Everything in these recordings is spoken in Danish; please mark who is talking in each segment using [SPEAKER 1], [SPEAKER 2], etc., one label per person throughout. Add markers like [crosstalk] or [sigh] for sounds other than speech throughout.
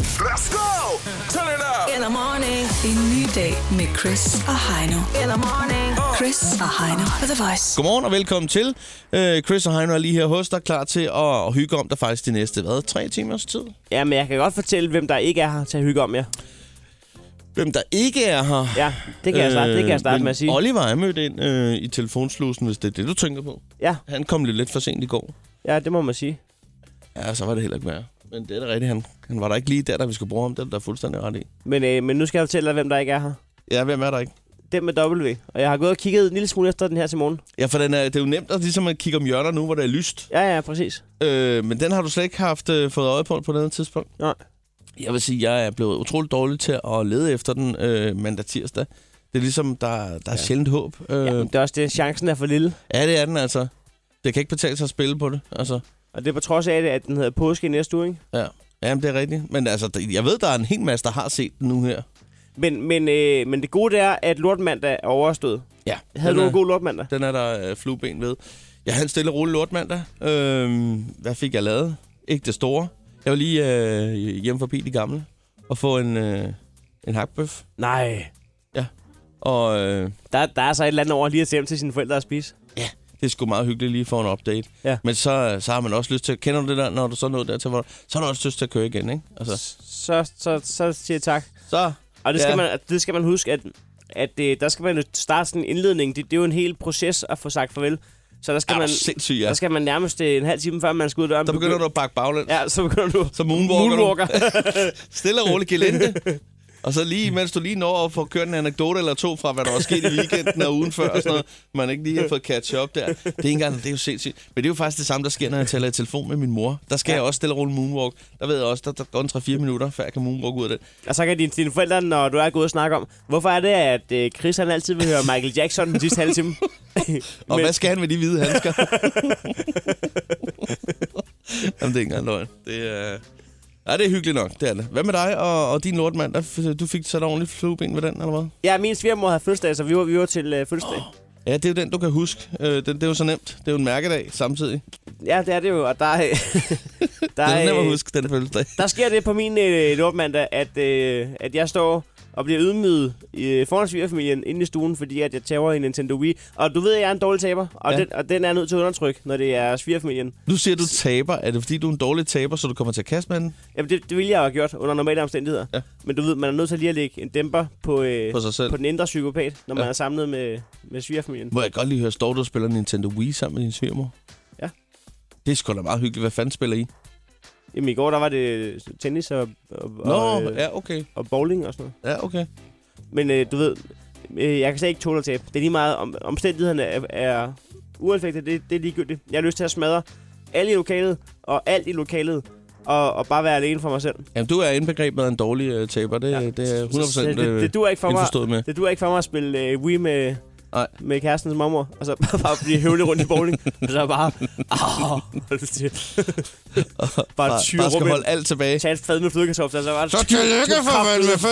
[SPEAKER 1] Let's go! Turn it up!
[SPEAKER 2] Eller morning. En ny dag med Chris og Heino. Eller morning. Chris og Heino på The Voice.
[SPEAKER 3] Godmorgen og velkommen til. Øh, Chris og Heino er lige her hos dig, klar til at hygge om dig faktisk de næste, hvad, tre timers tid?
[SPEAKER 4] Ja, men jeg kan godt fortælle, hvem der ikke er her til at hygge om jer.
[SPEAKER 3] Hvem der ikke er her... Øh,
[SPEAKER 4] Ja, det kan jeg starte, det kan jeg starte
[SPEAKER 3] men
[SPEAKER 4] med at sige.
[SPEAKER 3] Oliver er mødt ind øh, i telefonslusen, hvis det er det, du tænker på.
[SPEAKER 4] Ja,
[SPEAKER 3] Han kom lidt, lidt for sent i går.
[SPEAKER 4] ja, det må man sige.
[SPEAKER 3] Ja, så var det heller ikke værre. Men det er da rigtigt, han, han var der ikke lige der, da vi skulle bruge ham. Det er du da fuldstændig ret i.
[SPEAKER 4] Men, øh, men nu skal jeg fortælle dig, hvem der ikke er her.
[SPEAKER 3] Ja, hvem er der ikke?
[SPEAKER 4] Den med W. Og jeg har gået og kigget en lille smule efter den her til morgen.
[SPEAKER 3] Ja, for den er, det er jo nemt at, ligesom at kigge om hjørner nu, hvor der er lyst.
[SPEAKER 4] Ja, ja, præcis.
[SPEAKER 3] Øh, men den har du slet ikke haft øh, fået øje på på noget tidspunkt.
[SPEAKER 4] Nej.
[SPEAKER 3] Jeg vil sige, jeg er blevet utroligt dårlig til at lede efter den øh, mandag tirsdag. Det er ligesom, der, der er ja. sjældent håb. Øh,
[SPEAKER 4] Ja, men det er også det, chancen er for lille.
[SPEAKER 3] ja, det er den altså. Det kan ikke betale sig at spille på det. Altså,
[SPEAKER 4] Og det er på trods af det, at den hedder påske i næste uge, ikke?
[SPEAKER 3] ja. Jamen, det er rigtigt. Men altså, der- jeg ved, der er en hel masse, der har set den nu her.
[SPEAKER 4] Men, men, øh, men det gode det er, at lortmandag er overstået.
[SPEAKER 3] Ja.
[SPEAKER 4] Havde
[SPEAKER 3] den
[SPEAKER 4] du
[SPEAKER 3] er,
[SPEAKER 4] en god lortmandag?
[SPEAKER 3] Den er der øh, flueben ved. Jeg havde en stille og rolig lortmandag. Øh, hvad fik jeg lavet? Ikke det store. Jeg var lige øh, hjemme forbi de gamle og få en, øh, en hakbøf.
[SPEAKER 4] Nej.
[SPEAKER 3] Og... Øh,
[SPEAKER 4] Der, der er så et eller andet over lige at se hjem til sine forældre og spise.
[SPEAKER 3] Ja, det er sgu meget hyggeligt lige for en update.
[SPEAKER 4] Ja.
[SPEAKER 3] Men så, så har man også lyst til, kender du det der, når du så nåede dertil, hvor, så har du også lyst til at køre igen, ikke? Altså,
[SPEAKER 4] Så, så, så siger jeg tak.
[SPEAKER 3] så,
[SPEAKER 4] Og det skal,
[SPEAKER 3] Ja.
[SPEAKER 4] ja. man, altså, det skal man huske, at, at det, der skal man jo starte sådan en indledning. Det, det er jo en hel proces at få sagt farvel. Så der skal,
[SPEAKER 3] er
[SPEAKER 4] man,
[SPEAKER 3] man, sindssygt, ja.
[SPEAKER 4] der skal man nærmest øh, en halv time før, man skal ud af døren.
[SPEAKER 3] Der begynder du at bakke baglæns. Ja.
[SPEAKER 4] Ja, så begynder du.
[SPEAKER 3] Så moonwalker, moonwalker. [laughs]
[SPEAKER 4] Moonwalker. [laughs]
[SPEAKER 3] Stille og roligt [laughs] gelinde. og så lige, mens du lige når at få kørt en anekdote eller to fra, hvad der var sket i weekenden og ugen før, og sådan noget, man ikke lige har fået catch up der. Det er ikke engang, det er jo sindssygt. Men det er jo faktisk det samme, der sker, når jeg taler i telefon med min mor. Der skal ja. jeg også stille og roligt moonwalk. Der ved jeg også, der, der går en 3-4 minutter, før jeg kan moonwalk ud af det.
[SPEAKER 4] og så kan dine, dine forældre, når du er gået og snakke om, hvorfor er det, at øh, Chris han altid vil høre Michael Jackson den sidste halve time?
[SPEAKER 3] [laughs] Og
[SPEAKER 4] Men-
[SPEAKER 3] hvad skal han med de hvide handsker? Jamen, det er ikke engang løgn. Det er... Ja, det er hyggeligt nok, det er det. Hvad med dig og, og din lortmand? Der- Du fik sat ordentligt flueben ved den, eller hvad?
[SPEAKER 4] ja, min svigermor havde fødselsdag, så vi var, vi var til øh, fødselsdag.
[SPEAKER 3] Ja, det er jo den, du kan huske. Øh, det, det er jo så nemt. Det er jo en mærkedag samtidig.
[SPEAKER 4] Ja, det er det jo, og [laughs] der, er, der,
[SPEAKER 3] Det er
[SPEAKER 4] er,
[SPEAKER 3] nemt at
[SPEAKER 4] øh,
[SPEAKER 3] huske, den følelsesdag.
[SPEAKER 4] der sker det på min øh, lortmandag, at, øh, at jeg står og bliver ydmyget øh, foran svigerfamilien inde i stuen, fordi at jeg taber en Nintendo Wii. Og du ved, at jeg er en dårlig taber, og,
[SPEAKER 3] Ja.
[SPEAKER 4] ja. den, og den er nødt til at undertrykke, når det er svigerfamilien.
[SPEAKER 3] Nu siger du taber. Er det fordi, du er en dårlig taber, så du kommer til at kaste med den
[SPEAKER 4] Jamen, det, det ville jeg jo have gjort under normale omstændigheder.
[SPEAKER 3] Ja.
[SPEAKER 4] Men du ved, man er nødt til lige at lægge en dæmper på, øh,
[SPEAKER 3] på sig selv?
[SPEAKER 4] på den indre psykopat, når man
[SPEAKER 3] Ja.
[SPEAKER 4] ja. er samlet med, med svigerfamilien.
[SPEAKER 3] Må jeg godt lige høre, står du og spiller Nintendo Wii sammen med din svigermor?
[SPEAKER 4] Ja.
[SPEAKER 3] Det er sgu da meget hyggeligt. Hvad fanden spiller I?
[SPEAKER 4] Jamen, i går, der var det tennis og, og, og,
[SPEAKER 3] Nå,
[SPEAKER 4] øh,
[SPEAKER 3] ja, okay.
[SPEAKER 4] og bowling og sådan noget.
[SPEAKER 3] Ja, okay.
[SPEAKER 4] Men øh, du ved, øh, jeg kan slet ikke tåle at tabe. Det er lige meget, om, omstændighederne er, er uanfægtet, det, det er ligegyldigt. Jeg har lyst til at smadre alle i lokalet, og alt i lokalet, og, og bare være alene for mig selv.
[SPEAKER 3] Jamen, du er indbegrebet af en dårlig øh, taber. Det, ja.
[SPEAKER 4] Ja.
[SPEAKER 3] det er 100%
[SPEAKER 4] Så- så
[SPEAKER 3] det,
[SPEAKER 4] det, det, duer ikke for mig,
[SPEAKER 3] indforstået med.
[SPEAKER 4] det duer ikke for mig at spille øh, Wii med,
[SPEAKER 3] Nej.
[SPEAKER 4] med kærestens mormor, og så bare, bare blive høvlet rundt i
[SPEAKER 3] [laughs]
[SPEAKER 4] bowling. og så bare, ah, hold det til. [laughs] bare
[SPEAKER 3] Bare,
[SPEAKER 4] tyre
[SPEAKER 3] bare skal
[SPEAKER 4] rum ind.
[SPEAKER 3] holde alt tilbage.
[SPEAKER 4] Tag et fad med flødekartofler, og så bare...
[SPEAKER 3] Så tillykke for fanden med
[SPEAKER 4] Fuck.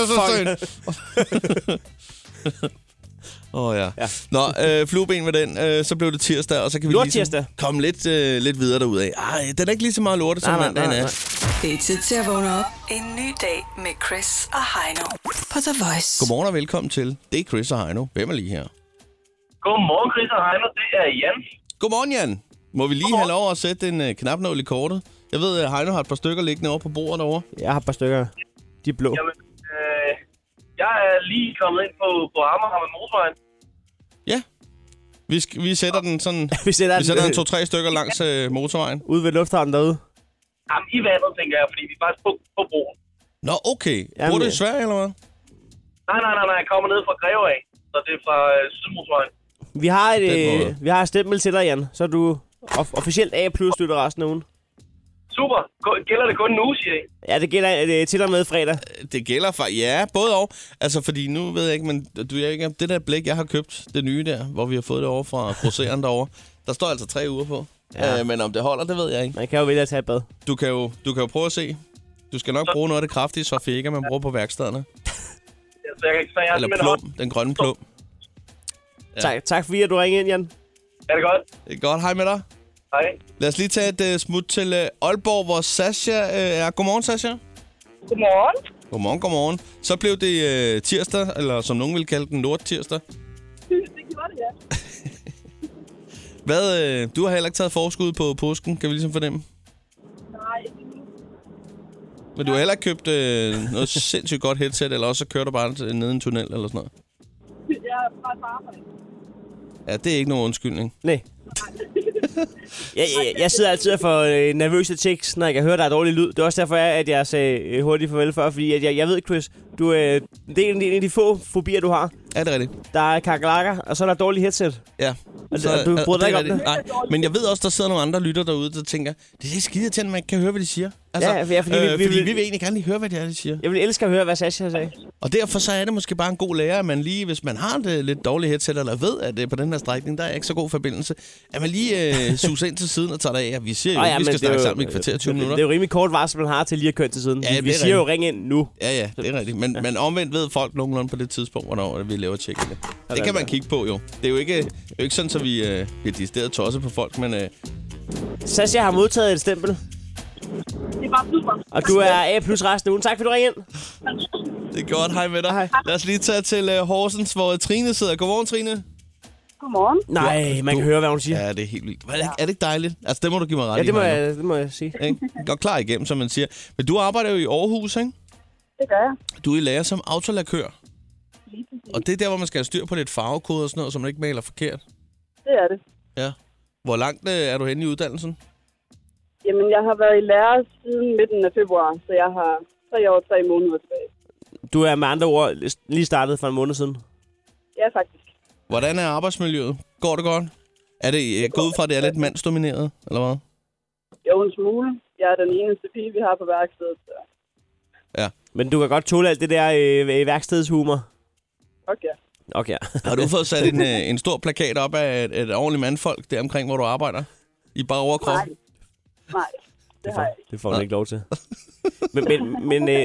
[SPEAKER 3] fødselsdagen. Åh oh, ja.
[SPEAKER 4] Ja.
[SPEAKER 3] Nå, øh, flueben med den, øh, så blev det tirsdag, og så kan vi lige
[SPEAKER 4] Lortirsdag.
[SPEAKER 3] sådan komme lidt, øh, lidt videre derudad. Ej, den er ikke lige så meget lortet, som
[SPEAKER 4] Nej, nej,
[SPEAKER 3] mandagen
[SPEAKER 4] nej,
[SPEAKER 3] er.
[SPEAKER 4] nej.
[SPEAKER 2] Det er tid til at vågne op. En ny dag med Chris og Heino på The Voice.
[SPEAKER 3] Godmorgen og velkommen til. Det er Chris og Heino. Hvem er lige her?
[SPEAKER 5] Godmorgen, Chris og Heino. Det er Jan.
[SPEAKER 3] Godmorgen, Jan. Må vi lige have lov at sætte en øh, knapnål i kortet? Jeg ved, at Heino har et par stykker liggende over på bordet over.
[SPEAKER 4] Jeg har et par stykker. De er blå.
[SPEAKER 5] Jamen, øh, jeg er lige kommet ind på, på Amager med motorvejen.
[SPEAKER 3] Ja. Vi, sk- vi sætter den sådan...
[SPEAKER 4] [laughs] Vi sætter,
[SPEAKER 3] Vi sætter en to-tre stykker langs øh, motorvejen.
[SPEAKER 4] ude ved lufthavnen derude.
[SPEAKER 5] Jamen, i vandet, tænker jeg, fordi vi er faktisk på, på broen.
[SPEAKER 3] Nå, okay. Bor
[SPEAKER 4] Jamen,
[SPEAKER 3] du i
[SPEAKER 4] øh,
[SPEAKER 3] Sverige, eller hvad?
[SPEAKER 5] Nej, nej, nej, nej. Jeg kommer ned fra Greve af. Så det er fra øh, Sydmotorvejen.
[SPEAKER 4] Vi har et,
[SPEAKER 3] Den måde.
[SPEAKER 4] øh, vi har et stempel til dig, Jan, så er du of- officielt A plus støtter resten af ugen.
[SPEAKER 5] Super. Gå- Gælder det kun en uge, siger I?
[SPEAKER 4] Ja, det gælder øh, til og med fredag.
[SPEAKER 3] Det gælder for... Ja, både og. Altså, fordi nu ved jeg ikke, men du jeg ikke, om det der blik, jeg har købt, det nye der, hvor vi har fået det over fra grosseren derovre, der står altså tre uger på. Ja.
[SPEAKER 4] Ja.
[SPEAKER 3] Øh, men om det holder, det ved jeg ikke.
[SPEAKER 4] Man kan jo vælge at tage et bad.
[SPEAKER 3] Du kan jo, du kan jo prøve at se. Du skal nok bruge noget af det kraftige svarfika, man bruger på værkstederne.
[SPEAKER 5] Ja, Så jeg, så jeg
[SPEAKER 3] Eller plum, den grønne plum.
[SPEAKER 4] Ja. Tak, tak fordi, at du ringede ind, Jan.
[SPEAKER 5] Er det godt?
[SPEAKER 3] Det er Godt, hej med dig.
[SPEAKER 5] Hej.
[SPEAKER 3] øh, Lad os lige tage et uh, smut til uh, Aalborg, hvor Sasha uh, er. øh, Godmorgen, Sasha.
[SPEAKER 6] Godmorgen.
[SPEAKER 3] Godmorgen, godmorgen. Så blev det øh, tirsdag, eller som nogen vil kalde den, nordtirsdag.
[SPEAKER 6] Det gjorde det, ja.
[SPEAKER 3] [laughs] Hvad, øh, du har heller ikke taget forskud på påsken, kan vi ligesom fornemme.
[SPEAKER 6] Nej, ikke endnu.
[SPEAKER 3] Men du har heller ikke købt øh, noget [laughs] sindssygt godt headset, eller også så kører du bare ned i en tunnel eller sådan noget.
[SPEAKER 6] jeg er bare på arbejde.
[SPEAKER 3] Ja, det er ikke nogen undskyldning.
[SPEAKER 4] Nej. jeg, jeg, jeg sidder altid og får øh, nervøse tics, når jeg kan høre, der er dårlig lyd. Det er også derfor, jeg, at jeg sagde øh, hurtigt farvel før, fordi at jeg, jeg ved, Chris, du, øh, det er en, en af de få fobier, du har.
[SPEAKER 3] Er det rigtigt?
[SPEAKER 4] Der er kakalakker, og så er der dårlig headset.
[SPEAKER 3] Ja.
[SPEAKER 4] Og det- og Altså, du
[SPEAKER 3] er-
[SPEAKER 4] bryder dig
[SPEAKER 3] er
[SPEAKER 4] ikke om
[SPEAKER 3] rigtigt. Nej, men jeg ved også, der sidder nogle andre lytter derude, der tænker, det er skide til, at man ikke kan høre, hvad de siger.
[SPEAKER 4] Ja, ja, fordi vi-
[SPEAKER 3] øh,
[SPEAKER 4] vi-
[SPEAKER 3] fordi
[SPEAKER 4] vi-
[SPEAKER 3] vi vil egentlig gerne lige høre, hvad det er, de siger.
[SPEAKER 4] Jeg ville elske at høre, hvad Sasha sagde.
[SPEAKER 3] Og derfor så er det måske bare en god lærer, at man lige, hvis man har det lidt dårlige headset, eller ved, at øh, på den her strækning, der er ikke så god forbindelse, at man lige
[SPEAKER 4] [laughs]
[SPEAKER 3] øh, suser ind til siden og tager det af. Ja, vi siger jo,
[SPEAKER 4] Nå
[SPEAKER 3] ikke, vi
[SPEAKER 4] Ah, men
[SPEAKER 3] skal
[SPEAKER 4] det er
[SPEAKER 3] snakke
[SPEAKER 4] jo-
[SPEAKER 3] sammen i et kvarter 20 minutter.
[SPEAKER 4] Det er jo rimelig kort varsel, man har til lige at køre til siden.
[SPEAKER 3] Ja,
[SPEAKER 4] Ja,
[SPEAKER 3] det
[SPEAKER 4] vi
[SPEAKER 3] er
[SPEAKER 4] siger jo, ring ind nu.
[SPEAKER 3] Ja, ja, det er rigtigt. Men, men omvendt ved folk nogenlunde på det tidspunkt, hvornår vi laver tjekkene. Det kan man kigge på jo. Det er jo ikke, det er jo ikke sådan, at vi øh, bliver decideret tosset på folk, men øh,
[SPEAKER 4] Sasha har modtaget et stempel,
[SPEAKER 6] Det er bare super.
[SPEAKER 4] og du er A plus resten af ugen. Tak, fordi du ringede ind.
[SPEAKER 3] det er godt. Hej med dig. Hej. Lad os lige tage til øh, Horsens, hvor Trine sidder. Godmorgen, Trine.
[SPEAKER 6] Godmorgen.
[SPEAKER 4] Nej, man kan høre, hvad hun siger.
[SPEAKER 3] Ja, det er helt vildt. Er det, ikke- er det ikke dejligt? Altså, det må du give mig ret
[SPEAKER 4] Ja,
[SPEAKER 3] i.
[SPEAKER 4] det må,
[SPEAKER 3] Maja.
[SPEAKER 4] jeg, det må jeg sige.
[SPEAKER 3] Ikke? Går klar igennem, som man siger. Men du arbejder jo i Aarhus, ikke?
[SPEAKER 6] Det gør jeg.
[SPEAKER 3] Du er i lærer som autolakør.
[SPEAKER 6] Lige præcis.
[SPEAKER 3] Og det er der, hvor man skal have styr på lidt farvekode og sådan noget, så man ikke maler forkert.
[SPEAKER 6] Det er det.
[SPEAKER 3] Ja. Hvor langt øh, er du henne i uddannelsen?
[SPEAKER 6] Jamen, jeg har været i lærer siden midten af februar, så jeg har tre år og tre måneder tilbage.
[SPEAKER 4] Du er med andre ord lige startet for en måned siden.
[SPEAKER 6] Ja, faktisk.
[SPEAKER 3] Hvordan er arbejdsmiljøet? Går det godt? Er det, jeg går ud fra, at det er lidt mandsdomineret, eller hvad?
[SPEAKER 6] Jo, en smule. Jeg er den eneste pige, vi har på værkstedet, så
[SPEAKER 4] Men du kan godt tåle alt det der øh, værkstedshumor.
[SPEAKER 6] fuck ja.
[SPEAKER 4] Okay.
[SPEAKER 3] Har du fået sat en, øh, en stor plakat op af et, et ordentligt mandfolk der omkring, hvor du arbejder? I bare overkrop?
[SPEAKER 6] Nej. Nej, det har jeg
[SPEAKER 4] [laughs]
[SPEAKER 6] ikke.
[SPEAKER 4] Det får man ikke lov til. men men, men øh,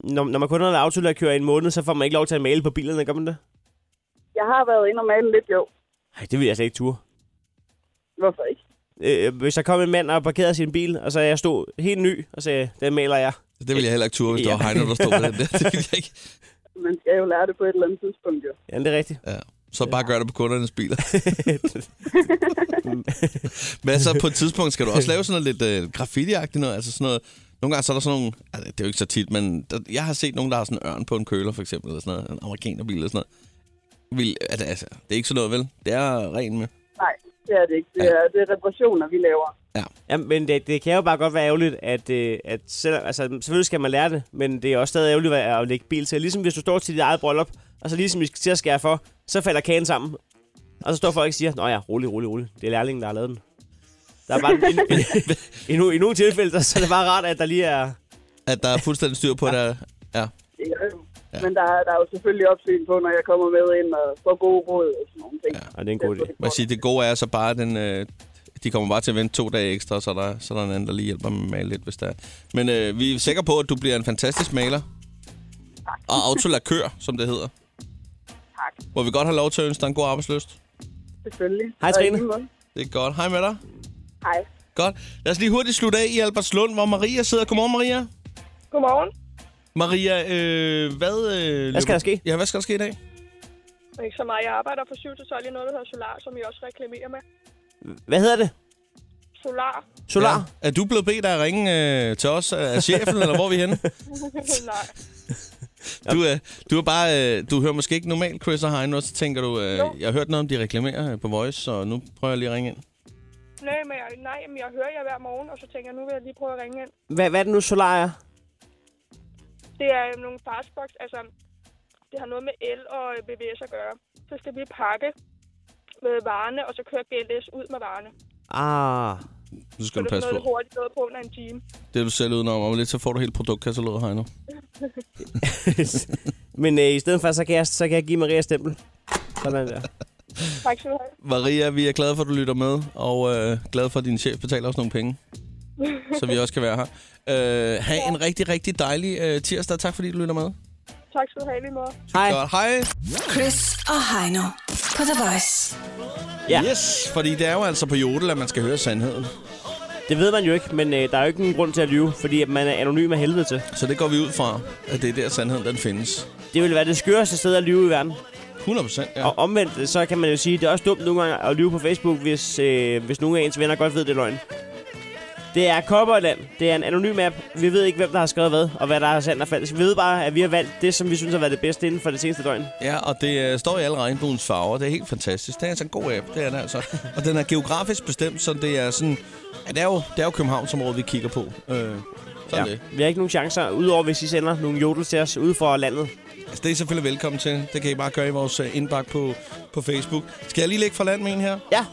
[SPEAKER 4] når, når man kun har været autolakør i en måned, så får man ikke lov til at male på bilerne, gør man det?
[SPEAKER 6] Jeg har været inde og male lidt, jo.
[SPEAKER 4] Nej, det vil jeg slet ikke ture.
[SPEAKER 6] Hvorfor ikke?
[SPEAKER 4] Øh, hvis der kom en mand og parkerede sin bil, og så jeg stod helt ny og sagde, den maler jeg.
[SPEAKER 3] Det vil jeg heller ikke ture, hvis ja.
[SPEAKER 4] Ja.
[SPEAKER 3] der var Heino, der stod med den der. Det vil jeg ikke.
[SPEAKER 6] Man skal jo lære det på et eller andet tidspunkt, jo.
[SPEAKER 4] Ja, det er rigtigt.
[SPEAKER 3] Ja. Så bare gør det på kundernes biler. Men så på et tidspunkt skal du også lave sådan noget lidt øh, graffiti-agtigt noget. Altså sådan noget. Nogle gange så er der sådan nogle... Altså, det er jo ikke så tit, men der, jeg har set nogen, der har sådan en ørn på en køler, for eksempel, eller sådan noget. En amerikanerbil eller sådan noget. Vil, altså, altså, det er ikke sådan noget, vel? Det er ren med.
[SPEAKER 6] Nej, det er det ikke. Det er, det er reparationer, vi laver.
[SPEAKER 4] Ja, men det, det kan jo bare godt være ærgerligt, at, øh, at selv, altså, selvfølgelig skal man lære det, men det er også stadig ærgerligt at at lægge bil til. Ligesom hvis du står til dit eget bryllup, og så ligesom vi skal til at skære for, så falder kagen sammen. Og så står folk og siger, Nå ja, rolig, rolig, rolig. Det er lærlingen, der har lavet den. Der er bare en, i, no, i nogle tilfælde, der, så er det bare rart, at der lige er...
[SPEAKER 3] At der er fuldstændig styr på, at der... Ja.
[SPEAKER 6] Det er jo. Ja. Men der, er- der er jo selvfølgelig opsyn på, når jeg kommer med ind og får gode råd og sådan nogle ting. Ja.
[SPEAKER 4] Og det er en god idé.
[SPEAKER 3] Man siger, det gode er så bare, at den, øh, de kommer bare til at vente to dage ekstra, så er der, så er der en anden, der lige hjælper med at male lidt, hvis der er. Men øh, vi er sikre på, at du bliver en fantastisk maler. Og autolakør, som det hedder.
[SPEAKER 6] Tak,
[SPEAKER 3] Hvor vi godt har lov til at ønske dig en god arbejdsløst.
[SPEAKER 6] selvfølgelig.
[SPEAKER 4] Hej,
[SPEAKER 6] Og i
[SPEAKER 4] Trine.
[SPEAKER 6] lige måde.
[SPEAKER 3] Det er godt. Hej med dig.
[SPEAKER 6] Hej.
[SPEAKER 3] Godt. Lad os lige hurtigt slutte af i Albertslund, hvor Maria sidder. Godmorgen, Maria.
[SPEAKER 7] Godmorgen.
[SPEAKER 3] Maria, øh, hvad... Øh, løber-
[SPEAKER 4] skal der ske?
[SPEAKER 3] Ja, hvad skal der ske i dag?
[SPEAKER 7] Det er Ikke så meget. Jeg arbejder fra 7 til 12 i noget, der hedder Solar, som I også reklamerer med.
[SPEAKER 4] Hvad hedder det?
[SPEAKER 7] Solar?
[SPEAKER 4] Solar? Ja.
[SPEAKER 3] Ja. Er du blevet bedt af at ringe øh, til os af af chefen, eller hvor er vi henne?
[SPEAKER 7] Nej.
[SPEAKER 3] Du, øh, du er bare, øh, du hører måske ikke normalt Chris og Heino, og så tænker du, øh,
[SPEAKER 7] Jo.
[SPEAKER 3] jeg har hørt noget om, de reklamerer øh, på Voice, så nu prøver jeg lige at ringe ind.
[SPEAKER 7] Nej, men jeg, nej, men jeg hører jer hver morgen, og så tænker jeg, nu vil jeg lige prøve at ringe ind.
[SPEAKER 4] Hvad, hvad er det nu, Solar er?
[SPEAKER 7] Det er øh, nogle fastbox, altså det har noget med el og øh, BBS at gøre. Så skal vi pakke med varerne, og så kører GLS ud med varerne.
[SPEAKER 4] Ah,
[SPEAKER 3] Nu
[SPEAKER 7] Så
[SPEAKER 3] skal du
[SPEAKER 7] det er
[SPEAKER 3] passe
[SPEAKER 7] noget
[SPEAKER 3] på.
[SPEAKER 7] lidt hurtigt noget på under en time.
[SPEAKER 3] Det er du selv udenom, og lidt så får du hele produktkataloget, Heino.
[SPEAKER 4] men øh, i stedet for, så kan, jeg, så kan jeg give Maria et stempel. Sådan der.
[SPEAKER 7] Tak skal du have.
[SPEAKER 3] Maria, vi er glade for, at du lytter med, og øh, glade for, at din chef betaler os nogle penge, så vi også kan være her. Øh, ha' en rigtig, rigtig dejlig øh, tirsdag. Tak fordi du lytter med.
[SPEAKER 7] Tak skal du have i lige måde.
[SPEAKER 4] Hej.
[SPEAKER 3] Godt, hej.
[SPEAKER 2] Chris og Heino på The Voice.
[SPEAKER 4] Ja.
[SPEAKER 3] Yes, fordi det er jo altså på Jodel, at man skal høre sandheden.
[SPEAKER 4] Det ved man jo ikke, men øh, der er jo ikke nogen grund til at lyve, fordi at man er anonym af helvede til.
[SPEAKER 3] Så det går vi ud fra, at det er der sandheden, den findes.
[SPEAKER 4] Det ville være det skøreste sted at lyve i verden.
[SPEAKER 3] 100 procent, ja.
[SPEAKER 4] Ja. Og omvendt, øh, så kan man jo sige, at det er også dumt nogle gange at lyve på Facebook, hvis, øh, hvis nogle af ens venner godt ved, det er løgn. Det er Kobberland. Det er en anonym app. Vi ved ikke, hvem der har skrevet hvad, og hvad der er sandt og falsk. Vi ved bare, at vi har valgt det, som vi synes har været det bedste inden for det seneste døgn.
[SPEAKER 3] Ja, og det øh, står i alle regnbuens farver. Det er helt fantastisk. Det er altså en god app, det er det altså. og den er geografisk bestemt, så det er sådan... Ja, det er jo, det er jo Københavnsområdet, vi kigger på. Øh, sådan ja. det.
[SPEAKER 4] Vi har ikke nogen chancer, udover hvis I sender nogle jodel til os ude fra landet.
[SPEAKER 3] Altså, det er I selvfølgelig velkommen til. Det kan I bare gøre i vores øh, indbakke på, på Facebook. Skal jeg lige lægge for land med en her?
[SPEAKER 4] Ja,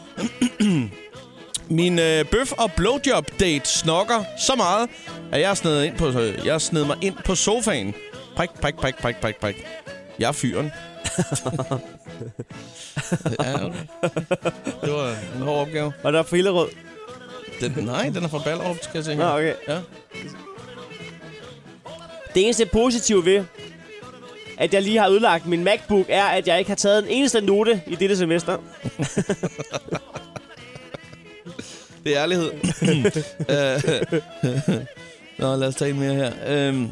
[SPEAKER 3] Min øh, bøf- og blowjob-date snokker så meget, at jeg sned, ind på, øh, jeg sned mig ind på sofaen. Prik, prik, prik, prik, prik, prik. Jeg er fyren. ja, okay. Det var en hård opgave.
[SPEAKER 4] og der er fra Hillerød.
[SPEAKER 3] Den, nej, den er fra Ballerup, skal jeg tænke.
[SPEAKER 4] Nå, okay.
[SPEAKER 3] Ja.
[SPEAKER 4] Det eneste positive ved, at jeg lige har ødelagt min MacBook, er, at jeg ikke har taget en eneste note i dette semester.
[SPEAKER 3] Det er
[SPEAKER 4] [laughs]
[SPEAKER 3] ærlighed. Øh, [laughs] Nå, lad os tage en mere her. Øhm,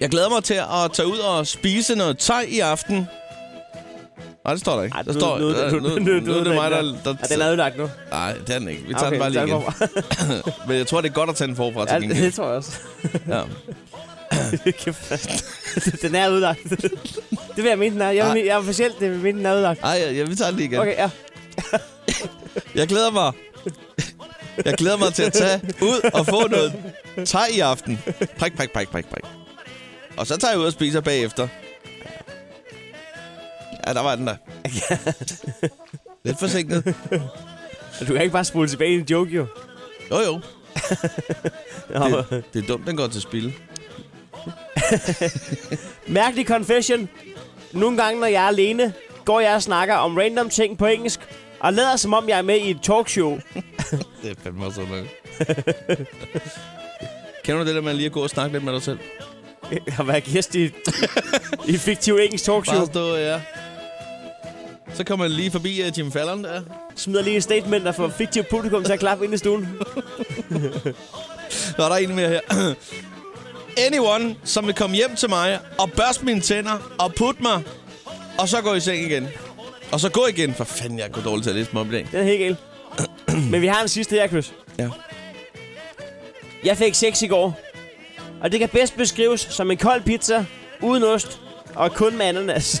[SPEAKER 3] Jeg glæder mig til at tage ud og spise noget thai i aften. Nej, det står der ikke.
[SPEAKER 4] Ej,
[SPEAKER 3] der
[SPEAKER 4] nu-
[SPEAKER 3] står,
[SPEAKER 4] nu-
[SPEAKER 3] der-
[SPEAKER 4] nu-
[SPEAKER 3] nu,
[SPEAKER 4] nu-
[SPEAKER 3] nu,
[SPEAKER 4] nu-
[SPEAKER 3] er det
[SPEAKER 4] den
[SPEAKER 3] mig, der...
[SPEAKER 4] der.
[SPEAKER 3] der,
[SPEAKER 4] Ja, den er ødelagt nu. Ah,
[SPEAKER 3] Nej, det er den ikke. Vi tager den bare lige
[SPEAKER 4] så
[SPEAKER 3] igen.
[SPEAKER 4] forfra.
[SPEAKER 3] Men jeg tror, det er godt at tage den forfra til
[SPEAKER 4] ja, det
[SPEAKER 3] gengæld.
[SPEAKER 4] tror jeg også. [laughs]
[SPEAKER 3] Ja.
[SPEAKER 4] Kæft. [laughs] den er ødelagt. det vil jeg mene, den er. Jeg, vil,
[SPEAKER 3] Ej.
[SPEAKER 4] mene- jeg er officielt, det vil mene, den er ødelagt.
[SPEAKER 3] Ej, ja, vi tager den lige igen.
[SPEAKER 4] Okay, ja.
[SPEAKER 3] Jeg glæder mig. Jeg glæder mig til at tage ud og få noget thai i aften. Prik, prik, prik, prik, prik. Og så tager jeg ud og spiser bagefter. Ja, der var [laughs] den der. Lidt forsinket.
[SPEAKER 4] Du kan ikke bare spole tilbage i en joke, jo.
[SPEAKER 3] Jo, jo.
[SPEAKER 4] Nå.
[SPEAKER 3] Det, det er dumt, den går til spil.
[SPEAKER 4] Mærkelig confession. Nogle gange, når jeg er alene, går jeg og snakker om random ting på engelsk, og lader som om, jeg er med i et talkshow.
[SPEAKER 3] Det er fandme også noget. [laughs] Kender du det der med lige at gå og snakke lidt med dig selv?
[SPEAKER 4] Jeg [laughs] har været gæst i, i et fiktivt engelsk talkshow.
[SPEAKER 3] Bare stå, ja. Så kommer jeg lige forbi uh, Jim Fallon der.
[SPEAKER 4] Smider lige et statement og får fiktivt publikum til at klappe ind i stuen.
[SPEAKER 3] Så er der en mere her. Anyone, som vil komme hjem til mig og børste mine tænder og putte mig, og så gå i seng igen. Og så gå igen. For fanden, jeg går dårligt til at læse mig op i dag.
[SPEAKER 4] Den er helt
[SPEAKER 3] [clears throat]
[SPEAKER 4] galt. Men vi har en sidste her, Chris.
[SPEAKER 3] Ja.
[SPEAKER 4] Jeg fik sex i går, og det kan bedst beskrives som en kold pizza, uden ost og kun med ananas. [laughs]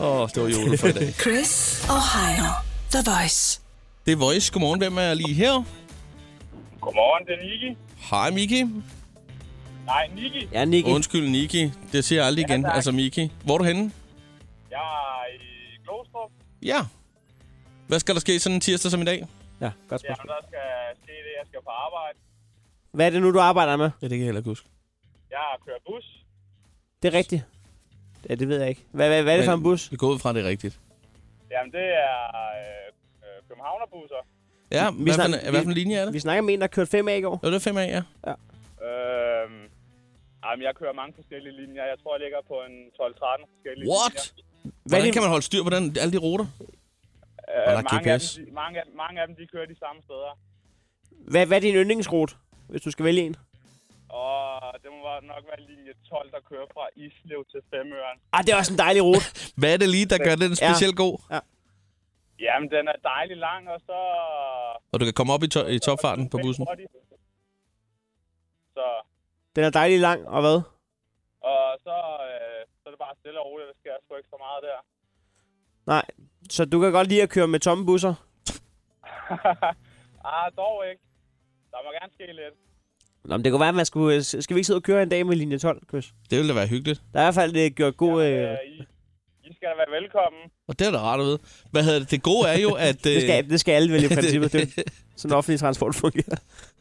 [SPEAKER 3] Åh, oh, det var jule for i dag.
[SPEAKER 2] Chris og Heino. The Voice.
[SPEAKER 3] Det er Voice. Godmorgen. Hvem er lige her?
[SPEAKER 5] Godmorgen, det er Niki.
[SPEAKER 3] Hej, Miki.
[SPEAKER 5] Nej, Niki.
[SPEAKER 4] ja, Nicky.
[SPEAKER 3] Undskyld, Niki. Det siger jeg aldrig igen.
[SPEAKER 5] tak.
[SPEAKER 3] altså, Miki. Hvor er du henne?
[SPEAKER 5] Jeg er i Glostrup.
[SPEAKER 3] Ja. Hvad skal der ske sådan en tirsdag som i dag?
[SPEAKER 4] Ja, godt
[SPEAKER 5] Ja,
[SPEAKER 4] spørgsmål.
[SPEAKER 5] der skal ske det, jeg skal på arbejde.
[SPEAKER 4] Hvad er det nu, du arbejder med?
[SPEAKER 3] Ja, det kan jeg heller ikke huske.
[SPEAKER 5] Jeg kører bus.
[SPEAKER 4] Det er rigtigt. Ja, det ved jeg ikke. Hvad, hvad, hvad er det for en bus?
[SPEAKER 3] Vi går ud fra, det er rigtigt.
[SPEAKER 5] Jamen, det er øh, øh, københavnerbusser.
[SPEAKER 3] Ja,
[SPEAKER 4] Vi
[SPEAKER 3] hvad, for,
[SPEAKER 4] snakker-
[SPEAKER 3] en- hvad for en
[SPEAKER 4] vi-
[SPEAKER 3] linje er det?
[SPEAKER 4] Vi snakker med en, der kørte 5 af i går.
[SPEAKER 3] Jo, det er 5 af, ja.
[SPEAKER 5] Øh, jamen, jeg kører mange forskellige linjer. Jeg tror, jeg ligger på en 12-13 forskellige
[SPEAKER 3] What?
[SPEAKER 5] linjer.
[SPEAKER 4] Hvad er
[SPEAKER 3] Hvordan
[SPEAKER 4] det-
[SPEAKER 3] kan man holde styr på den, alle de ruter?
[SPEAKER 5] Øh,
[SPEAKER 3] Og der er
[SPEAKER 5] mange, af
[SPEAKER 3] GPS.
[SPEAKER 5] dem, de, mange, af- mange af dem, de kører de samme steder.
[SPEAKER 4] Hvad, hvad er din yndlingsrute, hvis du skal vælge en?
[SPEAKER 5] Og det må være- nok være linje 12, der kører fra Islev til Femøren.
[SPEAKER 4] Ah, det er også en dejlig rute.
[SPEAKER 3] Hvad er det lige, der gør den specielt god?
[SPEAKER 5] Jamen, den er dejlig lang, og så...
[SPEAKER 3] Og du kan komme op i, to- i topfarten på bussen.
[SPEAKER 5] Hurtigt. Så,
[SPEAKER 4] Den er dejlig lang, og hvad?
[SPEAKER 5] og så, øh, så er det bare stille og roligt, der sker sgu ikke så meget der. [laughs]
[SPEAKER 4] Nej. Så du kan godt lide at køre med tomme busser?
[SPEAKER 5] ah, dog ikke. Der må gerne ske lidt.
[SPEAKER 4] Nå, men det kunne være, at man skulle... øh, Skal vi ikke sidde og køre en dag med linje 12, Chris?
[SPEAKER 3] Det ville da være hyggeligt.
[SPEAKER 4] Der er i hvert fald øh, gjort god... Øh,
[SPEAKER 5] Øh, I, I skal da være velkommen.
[SPEAKER 3] Og det er da rart at vide. Hvad hedder det? Det gode er jo, at...
[SPEAKER 4] [laughs]
[SPEAKER 3] øh,
[SPEAKER 4] det, skal, det skal alle [laughs] vælge i
[SPEAKER 3] det-
[SPEAKER 4] princippet. Det er jo sådan offentlig transport fungerer.
[SPEAKER 3] [laughs]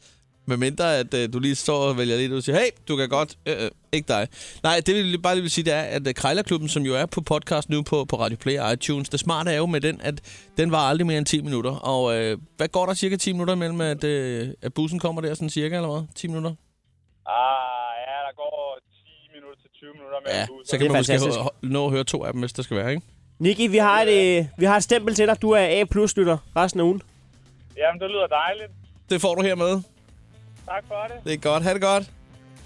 [SPEAKER 3] Med mindre, at øh, du lige står og vælger lidt ud og siger, hey, du kan godt, øh, øh, ikke dig. Nej, det vil jeg bare lige vil sige, det er, at øh, Krejlerklubben, som jo er på podcast nu på, på Radio Play og iTunes, det smarte er jo med den, at den var aldrig mere end 10 minutter. Og øh, hvad går der cirka 10 minutter imellem, at, øh, at bussen kommer der sådan cirka, eller hvad? 10 minutter?
[SPEAKER 5] Ah, ja, der går 10 minutter til 20 minutter med
[SPEAKER 3] Ja,
[SPEAKER 5] en bus.
[SPEAKER 3] så kan
[SPEAKER 4] er
[SPEAKER 3] man måske
[SPEAKER 4] fantastisk.
[SPEAKER 3] ho- ho- nå at høre to af dem, hvis der skal være, ikke?
[SPEAKER 4] Niki, vi har, et, øh, vi har et stempel til dig. Du er A-plus-lytter resten af ugen.
[SPEAKER 5] Jamen, det lyder dejligt.
[SPEAKER 3] Det får du hermed.
[SPEAKER 5] Tak for det.
[SPEAKER 3] Det er godt. Ha' det godt.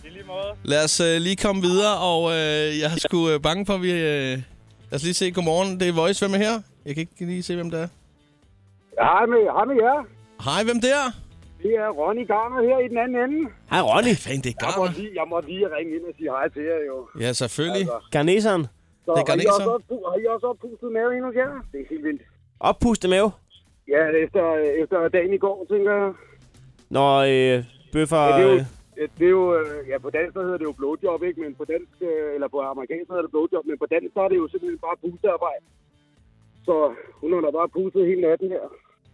[SPEAKER 5] I lige måde.
[SPEAKER 3] Lad os øh, lige komme videre, og øh, jeg er sgu øh, bange for, at vi... Øh, lad os lige se. Godmorgen. Det er Voice. Hvem er her? Jeg kan ikke lige se, hvem det er.
[SPEAKER 8] Ja, hej med, hej med jer.
[SPEAKER 3] Hej, hvem der?
[SPEAKER 8] Det er Ronny Garner her i den anden ende.
[SPEAKER 4] Hej, Ronny.
[SPEAKER 3] Fanden, det er
[SPEAKER 4] Ah.
[SPEAKER 8] Jeg må,
[SPEAKER 3] Garner.
[SPEAKER 8] lige, jeg må lige ringe ind og sige hej til jer jo.
[SPEAKER 3] Ja, selvfølgelig.
[SPEAKER 4] Garneseren.
[SPEAKER 8] Så,
[SPEAKER 3] Det er
[SPEAKER 8] har, I
[SPEAKER 3] Garneser.
[SPEAKER 8] også, oppu- har I også oppustet mave endnu her? Det er helt vildt.
[SPEAKER 4] Oppustet mave.
[SPEAKER 8] Ja, efter, efter dagen i går, tænker jeg.
[SPEAKER 4] Når øh, bøffer...
[SPEAKER 8] Ja, det er jo,
[SPEAKER 4] øh,
[SPEAKER 8] ja, det er jo, øh, ja, på dansk der hedder det jo blowjob, ikke? Men på dansk, øh, eller på amerikansk der hedder det blowjob, men på dansk der er det jo simpelthen bare pustearbejde. Så hun har da bare pustet hele natten her.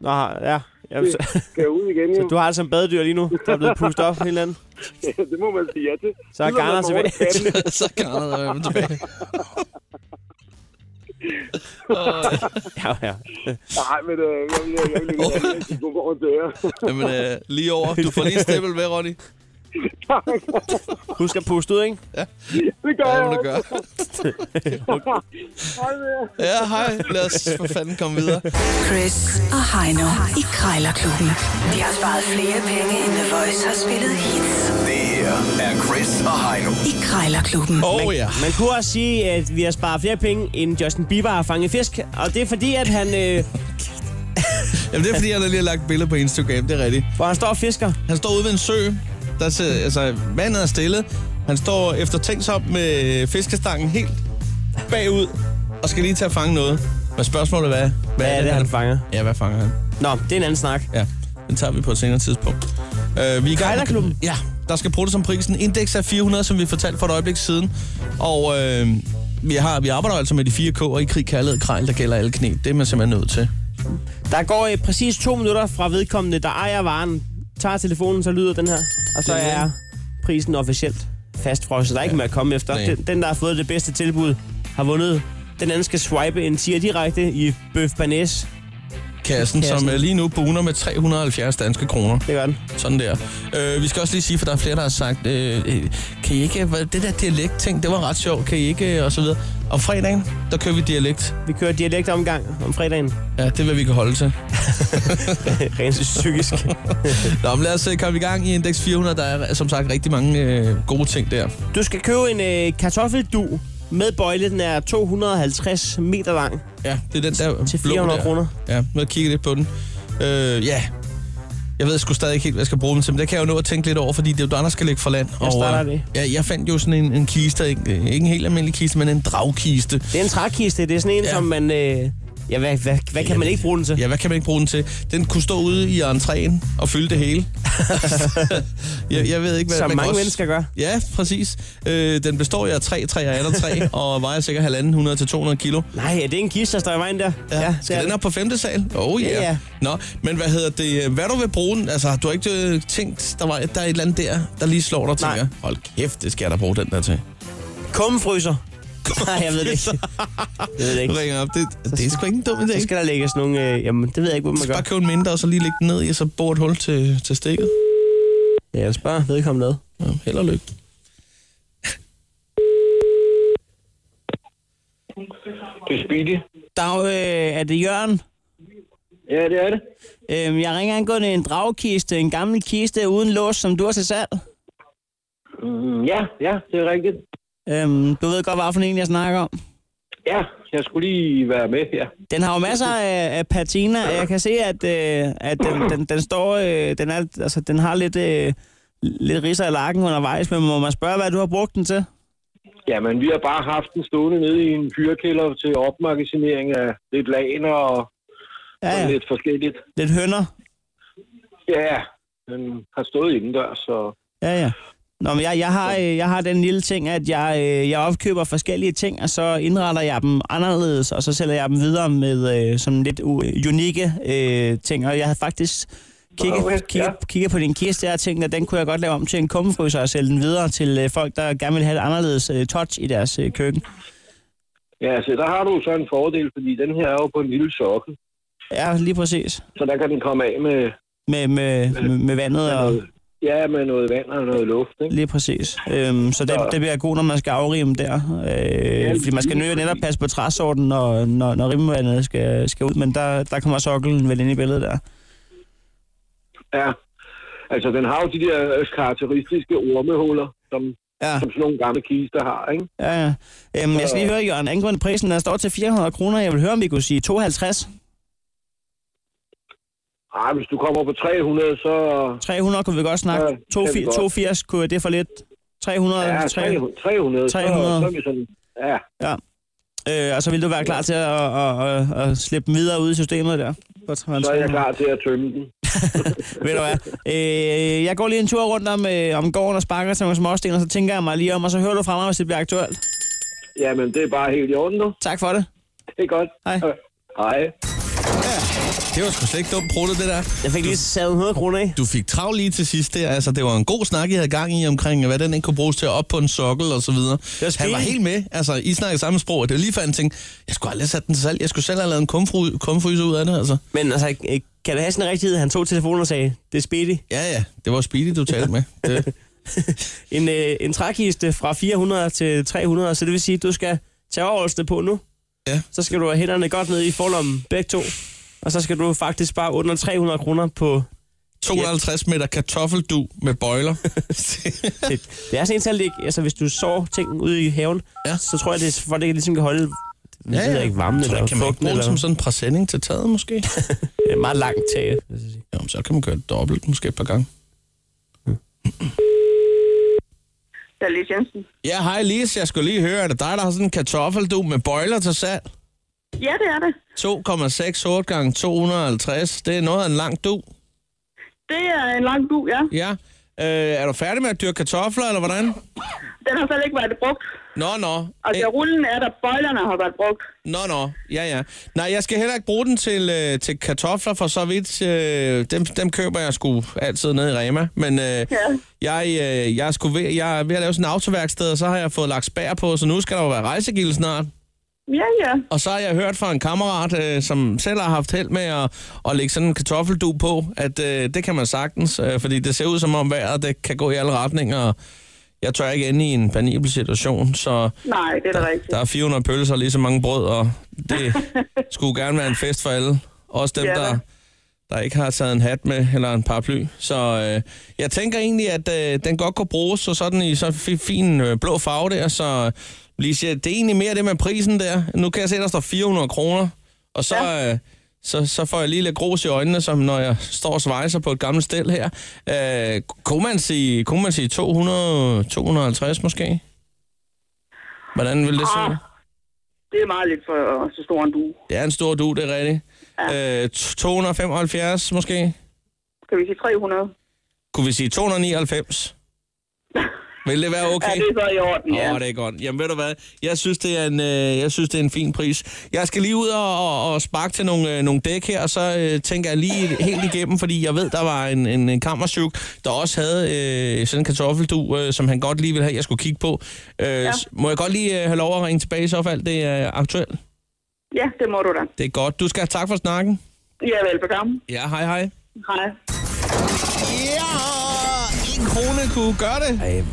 [SPEAKER 4] Nå, ja. Jamen, så,
[SPEAKER 8] Skal ud igen, jo.
[SPEAKER 4] så [laughs] du har det som badedyr lige nu, der er blevet pustet op hele anden.
[SPEAKER 8] [laughs] det må man sige ja til.
[SPEAKER 4] Så er
[SPEAKER 8] Lyder
[SPEAKER 4] Garner
[SPEAKER 8] man over
[SPEAKER 4] tilbage.
[SPEAKER 8] i katten.
[SPEAKER 3] [laughs] så Garner der er hvem tilbage.
[SPEAKER 4] Ja, ja.
[SPEAKER 8] Nej, men øh, jeg vil, jeg vil lige
[SPEAKER 4] [laughs]
[SPEAKER 8] sige, godmorgen til jer.
[SPEAKER 3] Jamen, øh, lige over. Du får lige stempel ved, Ronny.
[SPEAKER 4] Husk at puste ud, ikke?
[SPEAKER 8] Det gør
[SPEAKER 3] Ja, det
[SPEAKER 8] jeg
[SPEAKER 3] må du
[SPEAKER 8] også.
[SPEAKER 3] gøre.
[SPEAKER 8] Hej med jer.
[SPEAKER 3] Ja, hej. Lad os for fanden komme videre.
[SPEAKER 2] Chris og Heino i Krejlerklubben. De har sparet flere penge, end The Voice har spillet hits
[SPEAKER 1] Det her er Chris og Heino.
[SPEAKER 2] i Krejlerklubben.
[SPEAKER 3] Åh oh, ja.
[SPEAKER 4] Man kunne også sige, at vi har sparet flere penge, end Justin Bieber har fanget fisk. Og det er fordi, at han, øh,
[SPEAKER 3] Jamen, det er fordi, han lige har lagt billeder på Instagram. Det er rigtigt.
[SPEAKER 4] hvor han står og fisker.
[SPEAKER 3] Han står ude ved en sø. Der ser, altså, vandet er stille. Han står eftertænksomt med fiskestangen helt bagud og skal lige til at fange noget. Men spørgsmålet er, hvad,
[SPEAKER 4] Hvad er det, han fanger?
[SPEAKER 3] Ja, hvad fanger han?
[SPEAKER 4] Nå, det er en anden snak.
[SPEAKER 3] Ja, den tager vi på et senere tidspunkt. Øh, vi er i
[SPEAKER 4] Krejlerklubben.
[SPEAKER 3] Ja, der skal bruges som prisen. Indeks er 400, som vi fortalte for et øjeblik siden. Og øh, vi, har, vi arbejder altså med de fire K'er i krig, kærlighed, krejl, der gælder alle knep. Det er man simpelthen nødt til.
[SPEAKER 4] Der går øh, præcis to minutter fra vedkommende, der ejer varen, tager telefonen, så lyder den her. Og så
[SPEAKER 3] Det er
[SPEAKER 4] er prisen officielt fastfrosset. Der er ikke mere at komme efter.
[SPEAKER 3] Nej.
[SPEAKER 4] Den, den, der har fået det bedste tilbud, har vundet. Den anden skal swipe en tier direkte i Bøf Banæs.
[SPEAKER 3] Kassen, Kassen. som
[SPEAKER 4] Kassen.
[SPEAKER 3] øh, lige nu buner med 370 danske kroner.
[SPEAKER 4] Det gør den.
[SPEAKER 3] Sådan der. Øh, vi skal også lige sige, for der er flere, der har sagt, øh, øh, kan I ikke, hvad, det der dialekt-ting, det var ret sjovt, kan I ikke, øh, og så videre. Om fredagen, der kører vi dialekt.
[SPEAKER 4] Vi kører dialektomgang om fredagen. [laughs]
[SPEAKER 3] Ja, det er, hvad vi kan holde til.
[SPEAKER 4] Rent psykisk.
[SPEAKER 3] Nå, men lad os øh, komme i gang i Index 400. Der er som sagt rigtig mange øh, gode ting der.
[SPEAKER 4] Du skal købe en øh, kartoffeldu med bøjle. Den er 250 meter lang.
[SPEAKER 3] Ja, det er den der
[SPEAKER 4] Til
[SPEAKER 3] blå
[SPEAKER 4] 400
[SPEAKER 3] der.
[SPEAKER 4] kroner.
[SPEAKER 3] Ja, nu har jeg kigget lidt på den. Øh, ja, jeg ved sgu stadig ikke helt, hvad jeg skal bruge dem til, men det kan jeg jo nå at tænke lidt over, fordi det er jo der, der skal ligge for land. Jeg
[SPEAKER 4] starter det.
[SPEAKER 3] Ja, jeg fandt jo sådan en, en kiste, ikke, ikke en helt almindelig kiste, men en dragkiste.
[SPEAKER 4] Det er en trækiste. Det er sådan en,
[SPEAKER 3] Ja.
[SPEAKER 4] ja. som man... Øh, ja, hvad, hvad, hvad kan man ikke bruge den til?
[SPEAKER 3] [laughs] Ja, hvad kan man ikke bruge den til? Den kunne stå ude i entréen og fylde det
[SPEAKER 4] [laughs]
[SPEAKER 3] hele. jeg, jeg ved ikke, hvad
[SPEAKER 4] Som
[SPEAKER 3] man kan
[SPEAKER 4] mange
[SPEAKER 3] også...
[SPEAKER 4] mennesker gør.
[SPEAKER 3] Ja, præcis. Øh, den består jo af træ, træ og atter
[SPEAKER 4] [laughs]
[SPEAKER 3] træ, og vejer cirka 1.500-200 kilo.
[SPEAKER 4] Nej, er det en kiste, der står i vejen der?
[SPEAKER 3] Ja, ja
[SPEAKER 4] det er
[SPEAKER 3] skal den
[SPEAKER 4] det.
[SPEAKER 3] op på femte sal? Oh yeah.
[SPEAKER 4] Ja, ja.
[SPEAKER 3] Nå, men hvad hedder det? Hvad du vil bruge den? Altså, du har ikke øh, tænkt, der, var, der er et eller andet der, der lige slår dig til.
[SPEAKER 4] Nej.
[SPEAKER 3] Hold kæft, det skal jeg da bruge den der til.
[SPEAKER 4] Kummefryser. Nej, jeg ved det ikke. [laughs] Jeg ved det
[SPEAKER 3] Du
[SPEAKER 4] ikke.
[SPEAKER 3] ringer op. Det, det er sgu ikke en dum idé.
[SPEAKER 4] Så skal der lægges nogle... Øh, jamen, det ved jeg ikke, hvor man
[SPEAKER 3] Skal
[SPEAKER 4] gør.
[SPEAKER 3] bare købe en mindre, og så lige lægge den ned i, og så bor et hul til, til stikket.
[SPEAKER 4] Ja, jeg spørger vedkommende ad.
[SPEAKER 3] Ja, held og lykke.
[SPEAKER 8] Det er Speedy.
[SPEAKER 4] Dag, øh, er det Jørgen?
[SPEAKER 8] Ja, det er det.
[SPEAKER 4] Øhm, jeg ringer angående en dragkiste, en gammel kiste uden lås, som du har til salg.
[SPEAKER 8] Mm, ja, ja, det er rigtigt.
[SPEAKER 4] Øhm, du ved godt, hvad for en jeg snakker om.
[SPEAKER 8] Ja, jeg skulle lige være med her.
[SPEAKER 4] Den har jo masser af, af patina. Jeg kan se, at, øh, at den, den, den står, øh, den, er, altså, den har lidt, øh, lidt ridser i lakken undervejs, men må man spørge, hvad du har brugt den til?
[SPEAKER 8] Jamen, vi har bare haft den stående nede i en fyrekælder til opmagasinering af lidt laner og
[SPEAKER 4] Ja,
[SPEAKER 8] ja, ja.
[SPEAKER 4] ja.
[SPEAKER 8] lidt forskelligt.
[SPEAKER 4] Lidt hønder.
[SPEAKER 8] Ja, den har stået indendørs, så...
[SPEAKER 4] Ja, ja. Nå, men jeg, jeg, har, øh, jeg har den lille ting, at jeg, øh, jeg opkøber forskellige ting, og så indretter jeg dem anderledes, og så sælger jeg dem videre med øh, sådan lidt u- unikke øh, ting. Og jeg havde faktisk kigget,
[SPEAKER 8] Okay,
[SPEAKER 4] okay,
[SPEAKER 8] ja.
[SPEAKER 4] kigget, ja. kigget på din kiste der og tænkt, at den kunne jeg godt lave om til en kummefryser og sælge den videre til øh, folk, der gerne vil have et anderledes øh, touch i deres øh, køkken.
[SPEAKER 8] Ja, så der har du så en fordel, fordi den her er jo på en lille sokkel,
[SPEAKER 4] Ja, lige præcis.
[SPEAKER 8] så der kan den komme af med,
[SPEAKER 4] Med, med, med, med vandet
[SPEAKER 8] med,
[SPEAKER 4] og...
[SPEAKER 8] noget, ja, med noget vand og noget luft. Ikke?
[SPEAKER 4] Lige præcis. Øhm, så det, det bliver god, når man skal afrime der. Øh, fordi man skal nø netop passe på træsorten, når, når, når rimvandet skal, skal ud, men der, der kommer sokkelen vel ind i billedet der.
[SPEAKER 8] Ja. Altså, den har jo de der øh, karakteristiske ormehuller, som,
[SPEAKER 9] Ja.
[SPEAKER 8] som sådan nogle gamle kister har, ikke?
[SPEAKER 9] Ja, ja. Øhm, jeg skal lige høre, Jørgen, angående prisen, der står til 400 kroner. Jeg vil høre, om vi kunne sige 52.
[SPEAKER 8] Ej, hvis du kommer på 300, så...
[SPEAKER 9] 300 kunne vi godt snakke.
[SPEAKER 8] Ja,
[SPEAKER 9] Ja,
[SPEAKER 8] det kan
[SPEAKER 9] 82,
[SPEAKER 8] vi godt.
[SPEAKER 9] 82 kunne det er for lidt. 300,
[SPEAKER 8] Ja,
[SPEAKER 9] 300.
[SPEAKER 8] 300, 300 så,
[SPEAKER 9] 300.
[SPEAKER 8] så er vi sådan... Ja,
[SPEAKER 9] Øh, og så vil du være klar til at, at, at, at slippe dem videre ud i systemet der. På
[SPEAKER 8] så er jeg klar til at tømme den.
[SPEAKER 9] Ved du hvad? Øh, jeg går lige en tur rundt om, øh, om gården og sparker til nogle småsten, og så tænker jeg mig lige om, og så hører du fra mig, hvis det bliver aktuelt.
[SPEAKER 8] Jamen, det er bare helt i orden nu.
[SPEAKER 9] Tak for det.
[SPEAKER 8] Det er godt.
[SPEAKER 9] Hej.
[SPEAKER 8] Øh, Hej.
[SPEAKER 3] Det var sgu slet ikke dumt pruttet, det der.
[SPEAKER 4] Jeg fik lige savet 100 kroner af.
[SPEAKER 3] Du fik travlt lige til sidst der. Altså, det var en god snak, I havde gang i omkring, hvad den ikke kunne bruges til at op på en sokkel og så videre. Han var helt med. Altså, I snakkede samme sprog, og det var lige før, han tænkte, jeg skulle aldrig have sat den til salg. Jeg skulle selv have lavet en kumfru- kumfryse ud af det, altså.
[SPEAKER 4] Men altså, øh, kan det have sådan en rigtighed? Han tog telefonen og sagde, det er speedy.
[SPEAKER 3] Ja, ja. Det var Speedy, du talte med.
[SPEAKER 4] [laughs]
[SPEAKER 3] Det.
[SPEAKER 4] En, øh, en trækiste fra 400 til 300, så det vil sige, at du skal tage overholdsene på nu.
[SPEAKER 3] Ja.
[SPEAKER 4] Så skal du have hænderne godt ned i forlommen, begge to. Og så skal du faktisk bare under 300 kroner på...
[SPEAKER 3] 250 meter kartoffeldu med
[SPEAKER 4] [laughs]
[SPEAKER 3] bøjler.
[SPEAKER 4] Til. Det er sådan en til at ligge, altså hvis du sår ting ude i haven,
[SPEAKER 3] Ja.
[SPEAKER 4] ja. så tror jeg, det er for, at det ligesom kan holde ja, ja. ikke varmen
[SPEAKER 3] Så
[SPEAKER 4] eller
[SPEAKER 3] kan man ikke
[SPEAKER 4] fugten
[SPEAKER 3] bruge
[SPEAKER 4] eller
[SPEAKER 3] det som sådan en præsending til taget,
[SPEAKER 4] [laughs]
[SPEAKER 3] måske?
[SPEAKER 4] Det er meget langt tag. vil jeg så sige.
[SPEAKER 3] Jamen, så kan man gøre det dobbelt, måske et par gange.
[SPEAKER 6] Det er Lis Jensen.
[SPEAKER 3] Ja, hej Lise, jeg skulle lige høre, er det dig, der har sådan en kartoffeldu med bøjler til salg?
[SPEAKER 6] Ja, det er det.
[SPEAKER 3] 2,6 sort gange 250, det er noget af en lang du.
[SPEAKER 6] Det er en lang bu, ja.
[SPEAKER 3] Ja. Øh, er du færdig med at dyrke kartofler, eller hvordan?
[SPEAKER 6] Den har slet ikke været brugt.
[SPEAKER 3] Nå, nå.
[SPEAKER 6] Altså,
[SPEAKER 3] Øh,
[SPEAKER 6] rullen er der, bøjlerne har været brugt.
[SPEAKER 3] nå, nå. Ja, ja. Nej, jeg skal heller ikke bruge den til, øh, til kartofler, for så vidt. Øh, dem, dem køber jeg sgu altid ned i Rema. Men øh, ja. jeg, øh, jeg, er sgu ved, jeg er ved at lave sådan en autoværksted, og så har jeg fået lagt spær på, så nu skal der jo være rejsegilde snart.
[SPEAKER 6] Ja, ja.
[SPEAKER 3] Og så har jeg hørt fra en kammerat, øh, som selv har haft held med at, at lægge sådan en kartoffeldu på, at øh, det kan man sagtens, øh, fordi det ser ud som om vejret det kan gå i alle retninger, og jeg tør ikke ende i en penibel situation, så
[SPEAKER 6] Nej, det er da rigtigt.
[SPEAKER 3] der er 400 pølser og lige så mange brød, og det skulle gerne være en fest for alle. Også dem,
[SPEAKER 6] Ja, da.
[SPEAKER 3] der, der ikke har taget en hat med eller en paraply. Så øh, jeg tænker egentlig, at øh, den godt kunne bruges så sådan i så fi- fin øh, blå farve der. Så øh, Lise, det er egentlig mere det med prisen der. Nu kan jeg se, at der står 400 kroner. Og så, ja. øh, så, så får jeg lige lidt grus i øjnene, som når jeg står og svejser på et gammelt stel her. Øh, kunne man sige, kunne man sige 200, 250 måske? Hvordan vil det se ud?
[SPEAKER 6] Det er meget lidt for øh, så stor en bu.
[SPEAKER 3] Det er en stor du, det er rigtigt. Ja. Øh, t- 275 måske?
[SPEAKER 6] Kan vi sige 300?
[SPEAKER 3] Kunne vi sige 299? Vil det være okay?
[SPEAKER 6] Ja, det er så i orden, ja.
[SPEAKER 3] Åh, oh, det er godt. Jamen ved du hvad, jeg synes, det er en, øh, jeg synes, det er en fin pris. Jeg skal lige ud og, og, og sparke til nogle, øh, nogle dæk her, og så øh, tænker jeg lige helt igennem, fordi jeg ved, der var en, en, en kammerchuk, der også havde øh, sådan en kartoffeldu, øh, som han godt lige ville have, jeg skulle kigge på. Øh, ja. Må jeg godt lige øh, have lov at ringe tilbage i så fald, det er aktuelt?
[SPEAKER 6] Ja, det må du da.
[SPEAKER 3] Det er godt. Du skal have tak for snakken.
[SPEAKER 6] Ja, velbekomme.
[SPEAKER 3] Ja, hej hej.
[SPEAKER 6] Hej.
[SPEAKER 3] Ja, en krone kunne gøre det.
[SPEAKER 4] Ej,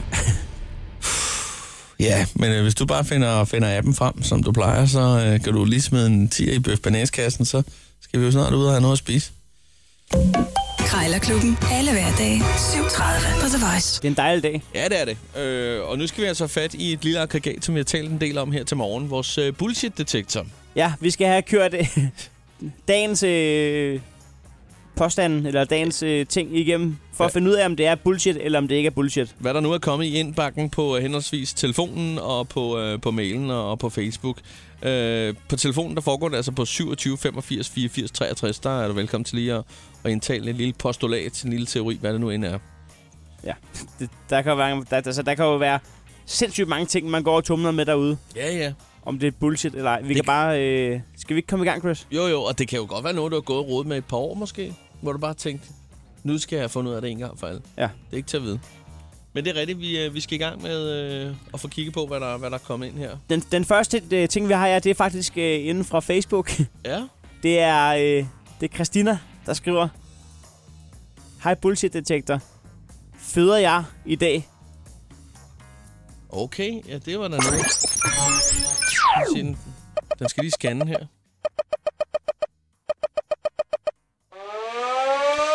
[SPEAKER 3] Ja, men øh, hvis du bare finder, finder appen frem, som du plejer, så øh, kan du lige smide en 10 i bøf så skal vi jo snart ud og have noget at spise.
[SPEAKER 2] Krejlerklubben. Alle hverdage. 7.30 på The Voice.
[SPEAKER 4] det er en dejlig dag.
[SPEAKER 3] Ja, det er det. Øh, og nu skal vi altså fat i et lille aggregat, som vi har talt en del om her til morgen. Vores øh, bullshit-detektor.
[SPEAKER 4] Ja, vi skal have kørt øh, dagens øh, påstanden, eller dagens øh, ting igennem, for ja.
[SPEAKER 3] Ja.
[SPEAKER 4] at finde ud af, om det er bullshit, eller om det ikke er bullshit.
[SPEAKER 3] Hvad der nu er kommet i indbakken på øh, henholdsvis telefonen og på, øh, på mailen og, og på Facebook. Øh, på telefonen, der foregår det altså på 27 85 84 63. Der er du velkommen til lige at, at indtale en lille postulat, en lille teori, hvad det nu end er.
[SPEAKER 4] Det, der, kan jo være, der, der, så der kan jo være sindssygt mange ting, man går og tumler med derude,
[SPEAKER 3] Ja, ja. om
[SPEAKER 4] om det er bullshit eller ej.
[SPEAKER 3] Det
[SPEAKER 4] Vi det kan bare... Øh, skal vi ikke komme i gang, Chris?
[SPEAKER 3] Jo, jo, og det kan jo godt være noget, du har gået og rodet med et par år måske, hvor du bare tænkte, nu skal jeg have fundet ud af det en gang for alle.
[SPEAKER 4] Ja.
[SPEAKER 3] Det er ikke til at vide. Men det er rigtigt, vi, øh, vi skal i gang med øh, at få kigget på, hvad der, hvad der er kommet ind her.
[SPEAKER 4] Den, den første øh, ting, vi har her, det er faktisk øh, inden fra Facebook. [laughs]
[SPEAKER 3] Ja,
[SPEAKER 4] Det er, øh, det er Christina, der skriver... Hej bullshit detektor. Føder jeg i dag?
[SPEAKER 3] okay. Ja, det var da noget. Se, Den, den skal lige scanne her.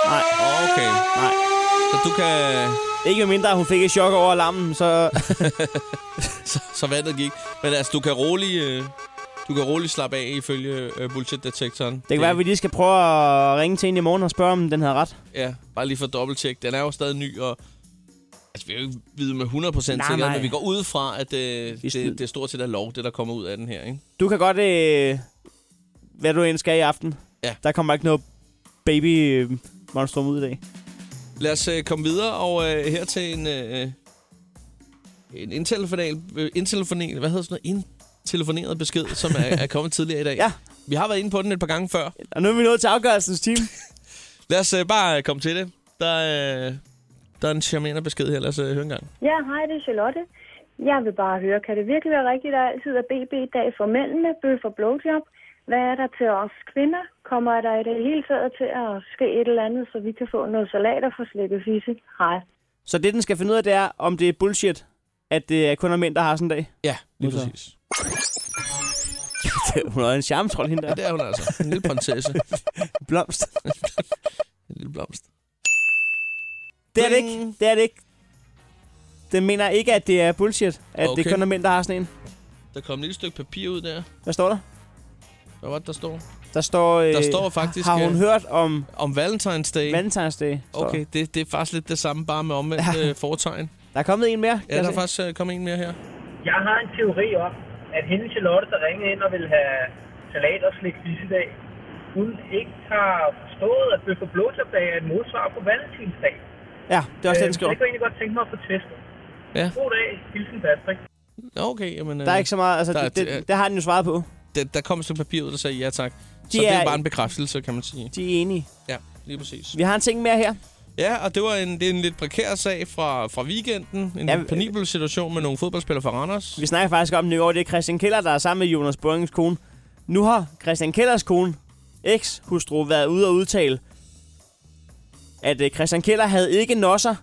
[SPEAKER 4] Nej.
[SPEAKER 3] Okay. Så du kan...
[SPEAKER 4] Ikke mindre, hun fik et chok over alarmen, [laughs] så...
[SPEAKER 3] Så, så vandet gik. Men altså, du kan rolig... Øh, du kan rolig slappe af ifølge øh, bullshit-detektoren.
[SPEAKER 4] Det kan være, at vi lige skal prøve at ringe til en i morgen og spørge, om den havde ret.
[SPEAKER 3] Ja, bare lige for dobbelttjek. Den er jo stadig ny, og... Altså, vi kan jo ikke vide med 100%
[SPEAKER 4] Nej,
[SPEAKER 3] sikkerhed,
[SPEAKER 4] nej.
[SPEAKER 3] men vi går ud fra, at øh, det,
[SPEAKER 4] snyder.
[SPEAKER 3] det, er stort set er lov, det der kommer ud af den her, ikke?
[SPEAKER 4] Du kan godt... Øh, hvad du end skal i aften.
[SPEAKER 3] Ja.
[SPEAKER 4] Der kommer ikke noget baby øh, monstrum ud i dag.
[SPEAKER 3] Lad os øh, komme videre og øh, her til en... Øh, en indtelefonal, øh, indtelefonal, hvad hedder sådan noget? Indtelefoneret besked, som er, er kommet tidligere i [laughs] dag.
[SPEAKER 4] Ja.
[SPEAKER 3] Vi har været inde på den et par gange før.
[SPEAKER 4] Og nu er vi nået til afgørelsens team.
[SPEAKER 3] Lad os øh, bare øh, komme til det. Der, øh, der er en charmerende besked her. Lad os øh, høre en gang.
[SPEAKER 10] Ja, hej, det er Charlotte. Jeg vil bare høre, kan det virkelig være rigtigt, at altid er BB-dag for mændene, bøf og blowjob? Hvad er der til os kvinder? Kommer der i det hele taget til at ske et eller andet, så vi kan få noget salat og få slikket fisse? Hej.
[SPEAKER 4] Så det, den skal finde ud af, det er, om det er bullshit, at det er kun er mænd, der har sådan
[SPEAKER 3] [laughs]
[SPEAKER 4] en dag.
[SPEAKER 3] Ja, lige
[SPEAKER 4] Modtaget.
[SPEAKER 3] præcis.
[SPEAKER 4] Hun er en charmetrol, [laughs] hende der.
[SPEAKER 3] Det er hun altså. En [laughs] lille prinsesse. [laughs]
[SPEAKER 4] Blomst.
[SPEAKER 3] En lille blomst.
[SPEAKER 4] Det er det
[SPEAKER 3] Bling.
[SPEAKER 4] ikke. Det er det ikke. Den mener ikke, at det er bullshit, at okay.
[SPEAKER 3] Okay.
[SPEAKER 4] det kun er mænd, der har sådan en.
[SPEAKER 3] Der kom et lille stykke papir ud der.
[SPEAKER 4] Hvad står der?
[SPEAKER 3] Hvad var det, der står?
[SPEAKER 4] Der står, øh,
[SPEAKER 3] Der står faktisk,
[SPEAKER 4] Har hun
[SPEAKER 3] øh,
[SPEAKER 4] hørt om
[SPEAKER 3] Om Valentine's Day.
[SPEAKER 4] Valentine's Day? står der.
[SPEAKER 3] okay, det, det er faktisk lidt det samme, bare med omvendt øh, foretegn.
[SPEAKER 4] Der er kommet en mere. kan
[SPEAKER 3] Ja,
[SPEAKER 4] jeg
[SPEAKER 3] der er
[SPEAKER 4] se.
[SPEAKER 3] faktisk øh, kommet en mere her.
[SPEAKER 11] Jeg har en teori om, at hende Charlotte, der ringede ind og ville have salat og slik i dag, hun ikke har forstået, at bøf og blowjob-dag er et modsvar på valentinsdag.
[SPEAKER 4] Ja, det er også
[SPEAKER 11] Øh, så
[SPEAKER 4] øh, den
[SPEAKER 11] det
[SPEAKER 4] skriver.
[SPEAKER 11] kunne jeg egentlig godt tænke mig at få testet.
[SPEAKER 3] Ja.
[SPEAKER 11] God dag. Hilsen, Patrick.
[SPEAKER 3] Nå, Okay, jamen, øh,
[SPEAKER 4] Der er ikke så meget, altså
[SPEAKER 3] Der er-
[SPEAKER 4] det, det, det har den jo svaret på.
[SPEAKER 3] der, der kom et stykke papir ud, der sagde ja tak.
[SPEAKER 4] De
[SPEAKER 3] så det er
[SPEAKER 4] er-
[SPEAKER 3] bare en bekræftelse, kan man sige.
[SPEAKER 4] De er enige.
[SPEAKER 3] Ja, lige præcis.
[SPEAKER 4] Vi har en ting mere her.
[SPEAKER 3] Ja, og det var en, det er en lidt prekær sag fra, fra weekenden. En
[SPEAKER 4] Ja,
[SPEAKER 3] ja, penibel situation med nogle fodboldspillere fra Randers.
[SPEAKER 4] Vi snakker faktisk om det i år, det er Christian Keller, der er sammen med Jonas Børingens kone. Nu har Christian Kellers kone, eks-hustru, været ude og udtale, at øh, Christian Keller havde ikke nosser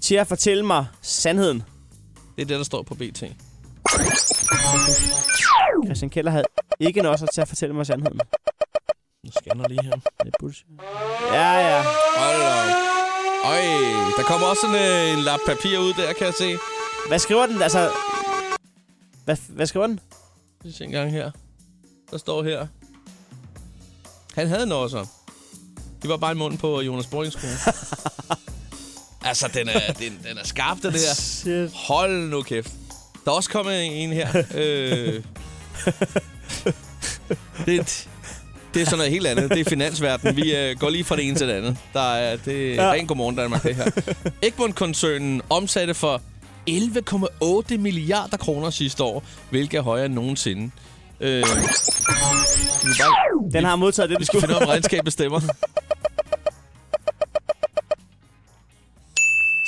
[SPEAKER 4] til at fortælle mig sandheden.
[SPEAKER 3] Det er det, der står på BT.
[SPEAKER 4] Christian Keller havde ikke nosser til at fortælle mig sandheden.
[SPEAKER 3] Nu scanner lige her.
[SPEAKER 4] Det er bullshit. Ja, ja.
[SPEAKER 3] Hold da op. Øj, der kommer også en, øh, en lap papir ud der, kan jeg se.
[SPEAKER 4] Hvad skriver den? Altså, hvad, hvad skriver den?
[SPEAKER 3] Lige se en gang her. Der står her. Han havde en også. Det var bare i munden på Jonas Borgens kone. altså, den er, den, den er skarp, det der.
[SPEAKER 4] Shit.
[SPEAKER 3] Hold nu kæft. Der er også kommet en her. øh. det, er et- det er sådan noget helt andet. Det er finansverdenen. Vi øh, går lige fra det ene til det andet. Der er, det er ja.
[SPEAKER 4] Ja.
[SPEAKER 3] ren godmorgen Danmark, det her. Egmont-koncernen omsatte for 11,8 milliarder kroner sidste år, hvilket er højere end nogensinde. Øh, skal vi bare
[SPEAKER 4] Den har modtaget det, den skulle.
[SPEAKER 3] finde ud af, om regnskabet stemmer.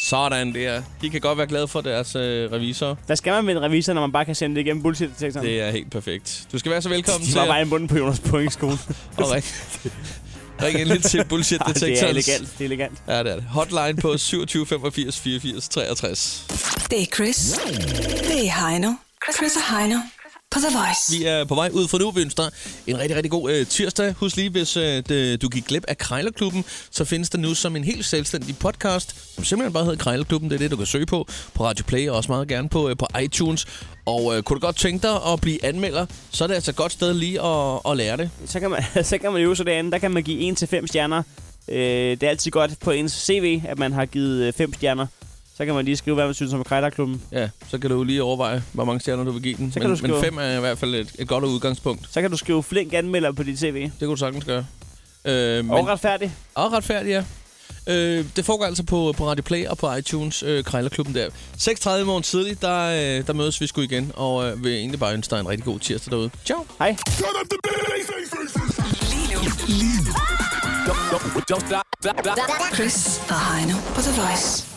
[SPEAKER 3] Sådan der. De kan godt være glade for deres øh, revisorer.
[SPEAKER 4] Hvad skal man med en revisor, når man bare kan sende det igennem bullshit-detektoren?
[SPEAKER 3] Det er helt perfekt. Du skal være så velkommen
[SPEAKER 4] De
[SPEAKER 3] til
[SPEAKER 4] var
[SPEAKER 3] at
[SPEAKER 4] bare i bunden på Jonas
[SPEAKER 3] [laughs]
[SPEAKER 4] Points skole.
[SPEAKER 3] og ringe, ringe lidt til bullshit
[SPEAKER 4] [laughs] Ej,
[SPEAKER 3] detektors.
[SPEAKER 4] det er elegant, det er elegant.
[SPEAKER 3] Ja, det er det. Hotline på 27 85 84 63.
[SPEAKER 2] Det er Chris. Det er Heino. Chris og Heino på The Voice.
[SPEAKER 3] Vi er på vej ud fra nu, vi ønsker dig en rigtig, rigtig god øh, tirsdag. Husk lige, hvis øh, det, du gik glip af Krejlerklubben, så findes den nu som en helt selvstændig podcast, som simpelthen bare hedder Krejlerklubben. Det er det, du kan søge på på Radio Play og også meget gerne på, øh, på iTunes. Og øh, kunne du godt tænke dig at blive anmelder, så er det altså et godt sted lige at, at lære det.
[SPEAKER 4] Så kan man, [laughs] så kan man øve sig derinde. Der kan man give 1-5 stjerner. Øh, det er altid godt på ens CV, at man har givet 5 stjerner. Så kan man lige skrive, hvad man synes om Krejlerklubben.
[SPEAKER 3] Ja, så kan du jo lige overveje, hvor mange stjerner du vil give den.
[SPEAKER 4] Så kan
[SPEAKER 3] men,
[SPEAKER 4] du skrive-
[SPEAKER 3] men fem er i hvert fald et, et godt udgangspunkt.
[SPEAKER 4] Så kan du skrive flink anmelder på dit CV.
[SPEAKER 3] Det kunne du sagtens gøre. Øh, men,
[SPEAKER 4] Og retfærdig.
[SPEAKER 3] og retfærdigt, ja. Øh, det foregår altså på, på Radio Play og på iTunes, øh, Krejlerklubben der. 6.30 i morgen tidligt, der, øh, der mødes vi sgu igen, og øh, vil egentlig bare ønske dig en rigtig god tirsdag derude. Ciao!
[SPEAKER 4] Hej.
[SPEAKER 2] Chris og er Heino på The Voice.